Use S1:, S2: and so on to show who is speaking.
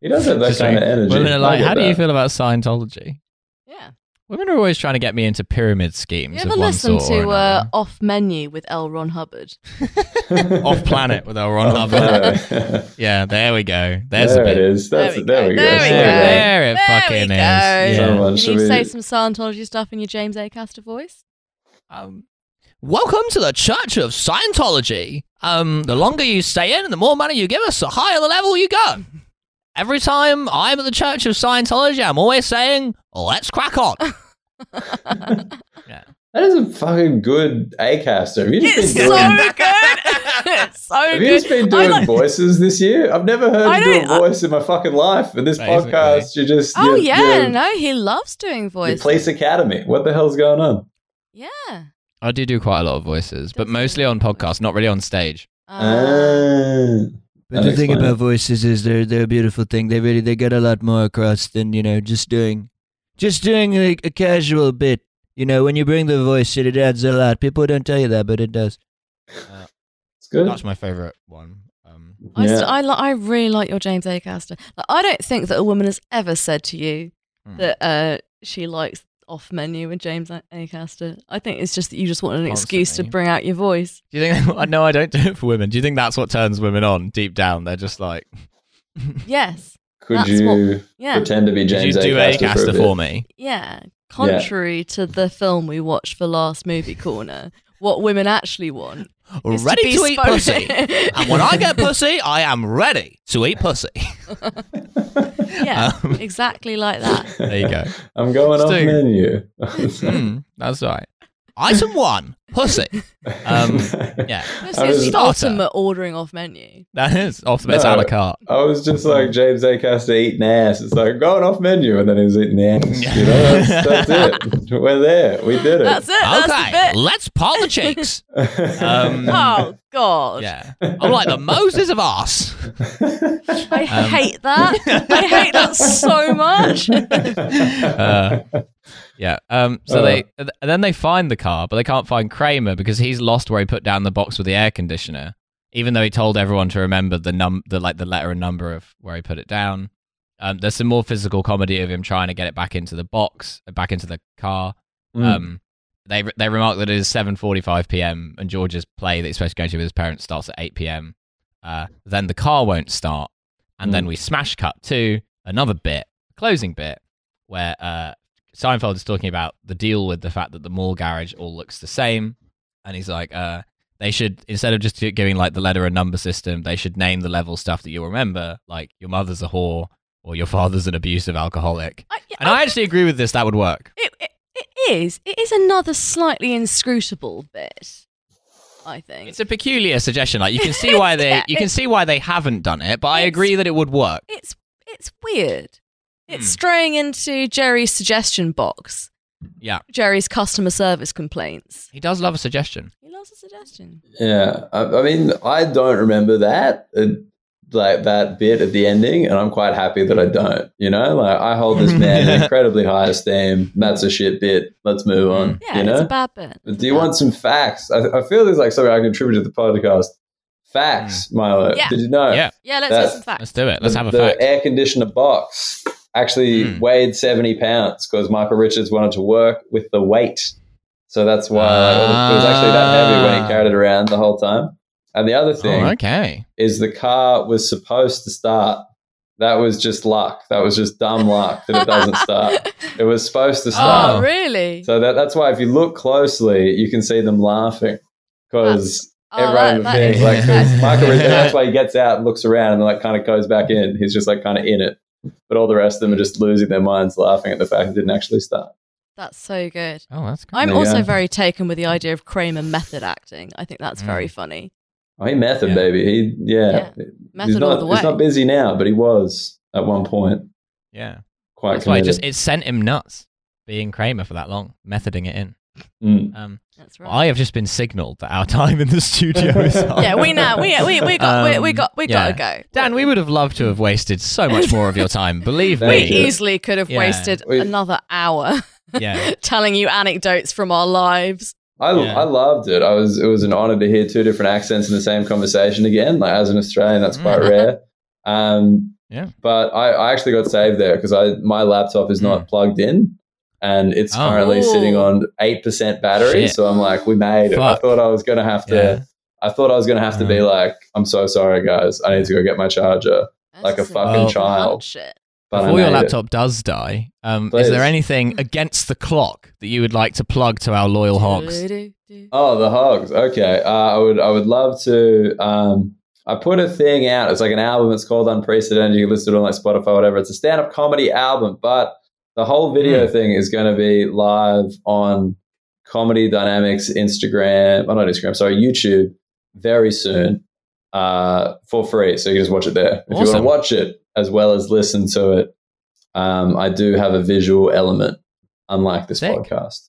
S1: He does have that
S2: Just
S1: kind of energy.
S2: Women are
S1: I
S2: like,
S1: get
S2: how do you
S1: that.
S2: feel about Scientology?
S3: Yeah.
S2: Women are always trying to get me into pyramid schemes.
S3: You
S2: of
S3: ever
S2: one
S3: listen
S2: sort or
S3: to uh,
S2: another.
S3: Off Menu with L. Ron Hubbard?
S2: Off Planet with our Ron
S1: Off
S2: Hubbard?
S1: planet.
S2: Yeah, there we go. There's
S1: there
S2: a
S1: it
S2: bit.
S1: is. That's,
S3: There we
S1: there
S3: go.
S1: we go.
S3: There
S2: There,
S3: we
S1: There
S2: there it
S3: There we
S2: fucking
S3: go.
S2: is.
S1: So
S2: Yeah.
S1: much.
S3: Did
S1: should
S3: you
S1: we-
S3: say some Scientology stuff in your James Acaster voice?
S2: Um, welcome to the Church of Scientology. Um, the longer you stay in, the more money you give us, the higher the level you go. Every time I'm at the Church of Scientology, I'm always saying, "Let's crack on."
S1: That is a fucking good A-caster. Have you just
S3: It's
S1: been
S3: so
S1: doing,
S3: good. it's so
S1: have you
S3: good.
S1: just been
S3: I
S1: doing
S3: like-
S1: voices this year? I've never
S3: I
S1: heard you do
S3: don't-
S1: a voice in my fucking life. And this
S2: Basically.
S1: podcast, you just
S3: oh
S1: you're-
S3: yeah,
S1: you're-
S3: no, he loves doing
S1: you're
S3: voice.
S1: Police Academy. What the hell's going on?
S3: Yeah.
S2: I do do quite a lot of voices, but
S3: Does
S2: mostly
S3: it?
S2: on podcasts, not really on stage.
S1: Ah,
S3: Uh,
S1: But the thing about
S2: voices is they're they're a beautiful thing. They really they get a lot more across than you know just doing, just doing like a casual bit. You know when you bring the voice in, it adds a lot. People don't tell you that, but it does.
S1: it's good.
S2: That's my favorite one. Um,
S3: I,
S1: Yeah.
S3: st- I, li- I really like your James Acaster. Like, I don't think that a woman has ever said to you
S2: Hmm.
S3: that uh, she likes off menu with James A- Acaster. I think it's just that you just want an excuse to
S2: Constantly.
S3: bring out your voice.
S2: do you think? I know I don't do it for women. Do you think that's what turns women on deep down? They're just like,
S3: Yes.
S1: Could
S3: That's
S1: you
S3: Yeah.
S1: pretend to be
S2: did you
S1: James
S2: do a
S1: Acaster for
S2: caster
S1: a
S2: for
S1: bit?
S2: me?
S3: Yeah. Contrary to the film we watched for last movie corner, what women actually want is
S2: Ready
S3: to,
S2: to
S3: be
S2: eat
S3: spoken-
S2: pussy. And when I get pussy, I am ready to eat pussy.
S3: yeah,
S2: Um,
S3: exactly like that.
S2: There you go.
S1: I'm going
S2: Just
S1: off
S2: do-
S1: menu.
S2: Mm, that's right. Item one, pussy. Um, Yeah,
S3: This
S1: I
S3: is
S1: was-
S3: the
S2: Starter.
S3: ultimate ordering off menu.
S2: that is off the best
S1: No.
S2: a la carte.
S1: I was just
S2: Mm.
S1: like James Acaster eating ass. It's like going off menu, and then he was eating the ass. You know, that's, that's it. We're there. We did it.
S3: That's it.
S2: Okay,
S3: That's the
S2: let's pull the cheeks.
S3: bit.
S2: Um,
S3: Oh God!
S2: yeah, I'm like the Moses of us.
S3: I
S2: Um,
S3: hate that. I hate that so much.
S2: Uh, yeah. Um. So
S1: Uh.
S2: they and then they find the car, but they can't find Kramer because he's lost where he put down the box with the air conditioner. Even though he told everyone to remember the num the like the letter and number of where he put it down. Um. There's some more physical comedy of him trying to get it back into the box, back into the car.
S1: Mm.
S2: Um, they they remark that it is 7:45 p.m. and George's play that he's supposed to go to with his parents starts at 8 p.m. Uh, then the car won't start, and then
S1: Mm.
S2: we smash cut to another bit, closing bit, where uh, Seinfeld is talking about the deal with the fact that the mall garage all looks the same, and he's like, uh, they should instead of just giving like the letter and number system, they should name the level stuff that you'll remember, like your mother's a whore or your father's an abusive alcoholic.
S3: I,
S2: And I actually agree with this; that would work.
S3: it, it, it is. It is another slightly inscrutable bit. I think
S2: It's a peculiar suggestion. Like you can see why they
S3: Yeah,
S2: you can see why they haven't done it, but I
S3: It's-
S2: agree that it would work.
S3: it's it's weird. It's
S2: Hmm.
S3: straying into Jerry's suggestion box.
S2: Yeah.
S3: Jerry's customer service complaints.
S2: He does love a suggestion.
S3: He loves a suggestion.
S1: yeah. I, I mean, I don't remember that. uh, like that bit at the ending, and I'm quite happy that I don't. You know, like I hold this man in incredibly high esteem. That's a shit bit. Let's move on.
S3: Yeah,
S1: you know,
S3: it's a bad bit.
S1: But do you want some facts? I, I feel there's like something I contributed to the podcast. Facts, Milo.
S3: Yeah.
S1: Did you know?
S2: Hmm. Yeah.
S3: Yeah, let's
S1: That-
S3: get some facts.
S2: Let's do it. Let's
S1: Uh, the,
S2: have a
S1: the
S2: fact.
S1: air conditioner box actually
S2: Hmm.
S1: weighed 70 pounds because Michael Richards wanted to work with the weight. So that's why it was- it was actually that heavy when
S2: Ah.
S1: he carried it around the whole time. And the other thing
S2: Oh, okay.
S1: is the car was supposed to start. That was just luck. That was just dumb luck that it doesn't start. It was supposed to start.
S3: oh, really?
S1: Uh, So that, that's why if you look closely, you can see them laughing because
S3: Oh,
S1: everyone
S3: that-
S1: thinks
S3: that-
S1: like 'cause Michael Richards.
S2: Yeah.
S1: That's why he gets out and looks around and like kind of goes back in. He's just like kind of in it, but all the rest of them are just losing their minds, laughing at the fact it didn't actually start.
S3: that's so good.
S2: Oh, that's good.
S3: I'm
S1: There you
S3: also
S1: go.
S3: very taken with the idea of Kramer method acting. I think that's
S2: Mm.
S3: very funny.
S1: Oh, he method
S2: Yeah.
S1: baby. He yeah.
S3: Method
S1: He's
S3: all
S1: not
S3: the way.
S1: he's not busy now, but he was at one point
S2: yeah.
S1: quite
S2: That's why it
S1: committed.
S2: just it sent him nuts being Kramer for that long, methoding it in.
S1: Mm.
S2: Um,
S3: That's
S2: I have just been signaled that our time in the studio is up.
S3: yeah, we know. We we we got we, we
S2: Um,
S3: got we
S2: yeah.
S3: gotta go.
S2: Dan, we would have loved to have wasted so much more of your time. Believe
S3: we
S1: Thank you.
S2: me.
S3: easily could have
S2: Yeah.
S3: wasted
S1: We-
S3: another hour
S2: Yeah.
S3: telling you anecdotes from our lives.
S1: I,
S2: Yeah.
S1: I loved it. I was it was an honor to hear two different accents in the same conversation again. Like as an Australian, that's quite
S2: Mm.
S1: rare. Um,
S2: Yeah.
S1: But I, I actually got saved there because I my laptop is not plugged in and it's
S2: Mm. Oh.
S1: currently sitting
S3: Ooh.
S1: on 8% battery.
S2: Shit.
S1: So I'm like, we made it. I
S2: Fuck.
S1: thought I was going to have to.
S2: Yeah.
S1: I thought I was going to have to be
S2: Uh.
S1: like, I'm so sorry, guys. I need to go get my charger.
S3: That's
S1: Like a
S3: just
S1: fucking
S3: big
S1: child.
S3: hunt Shit.
S1: But I
S2: Before your
S1: made it.
S2: laptop does die, um, is
S1: Please.
S2: there anything against the clock that you would like to plug to our loyal hogs?
S3: Do-do-do.
S1: Oh, the hogs. Okay. Uh, I would I would love to um I put a thing out. It's like an album. It's called Unprecedented. You can listen to it on like Spotify, whatever. It's a stand-up comedy album, but the whole video
S2: Hmm.
S1: thing is going to be live on Comedy Dynamics Instagram. Oh, not Instagram. Sorry, YouTube very soon uh, for free. So you can just watch it there if you
S2: Awesome.
S1: want to watch it as well as listen to it. Um, I do have a visual element, unlike this
S2: Sick.
S1: podcast.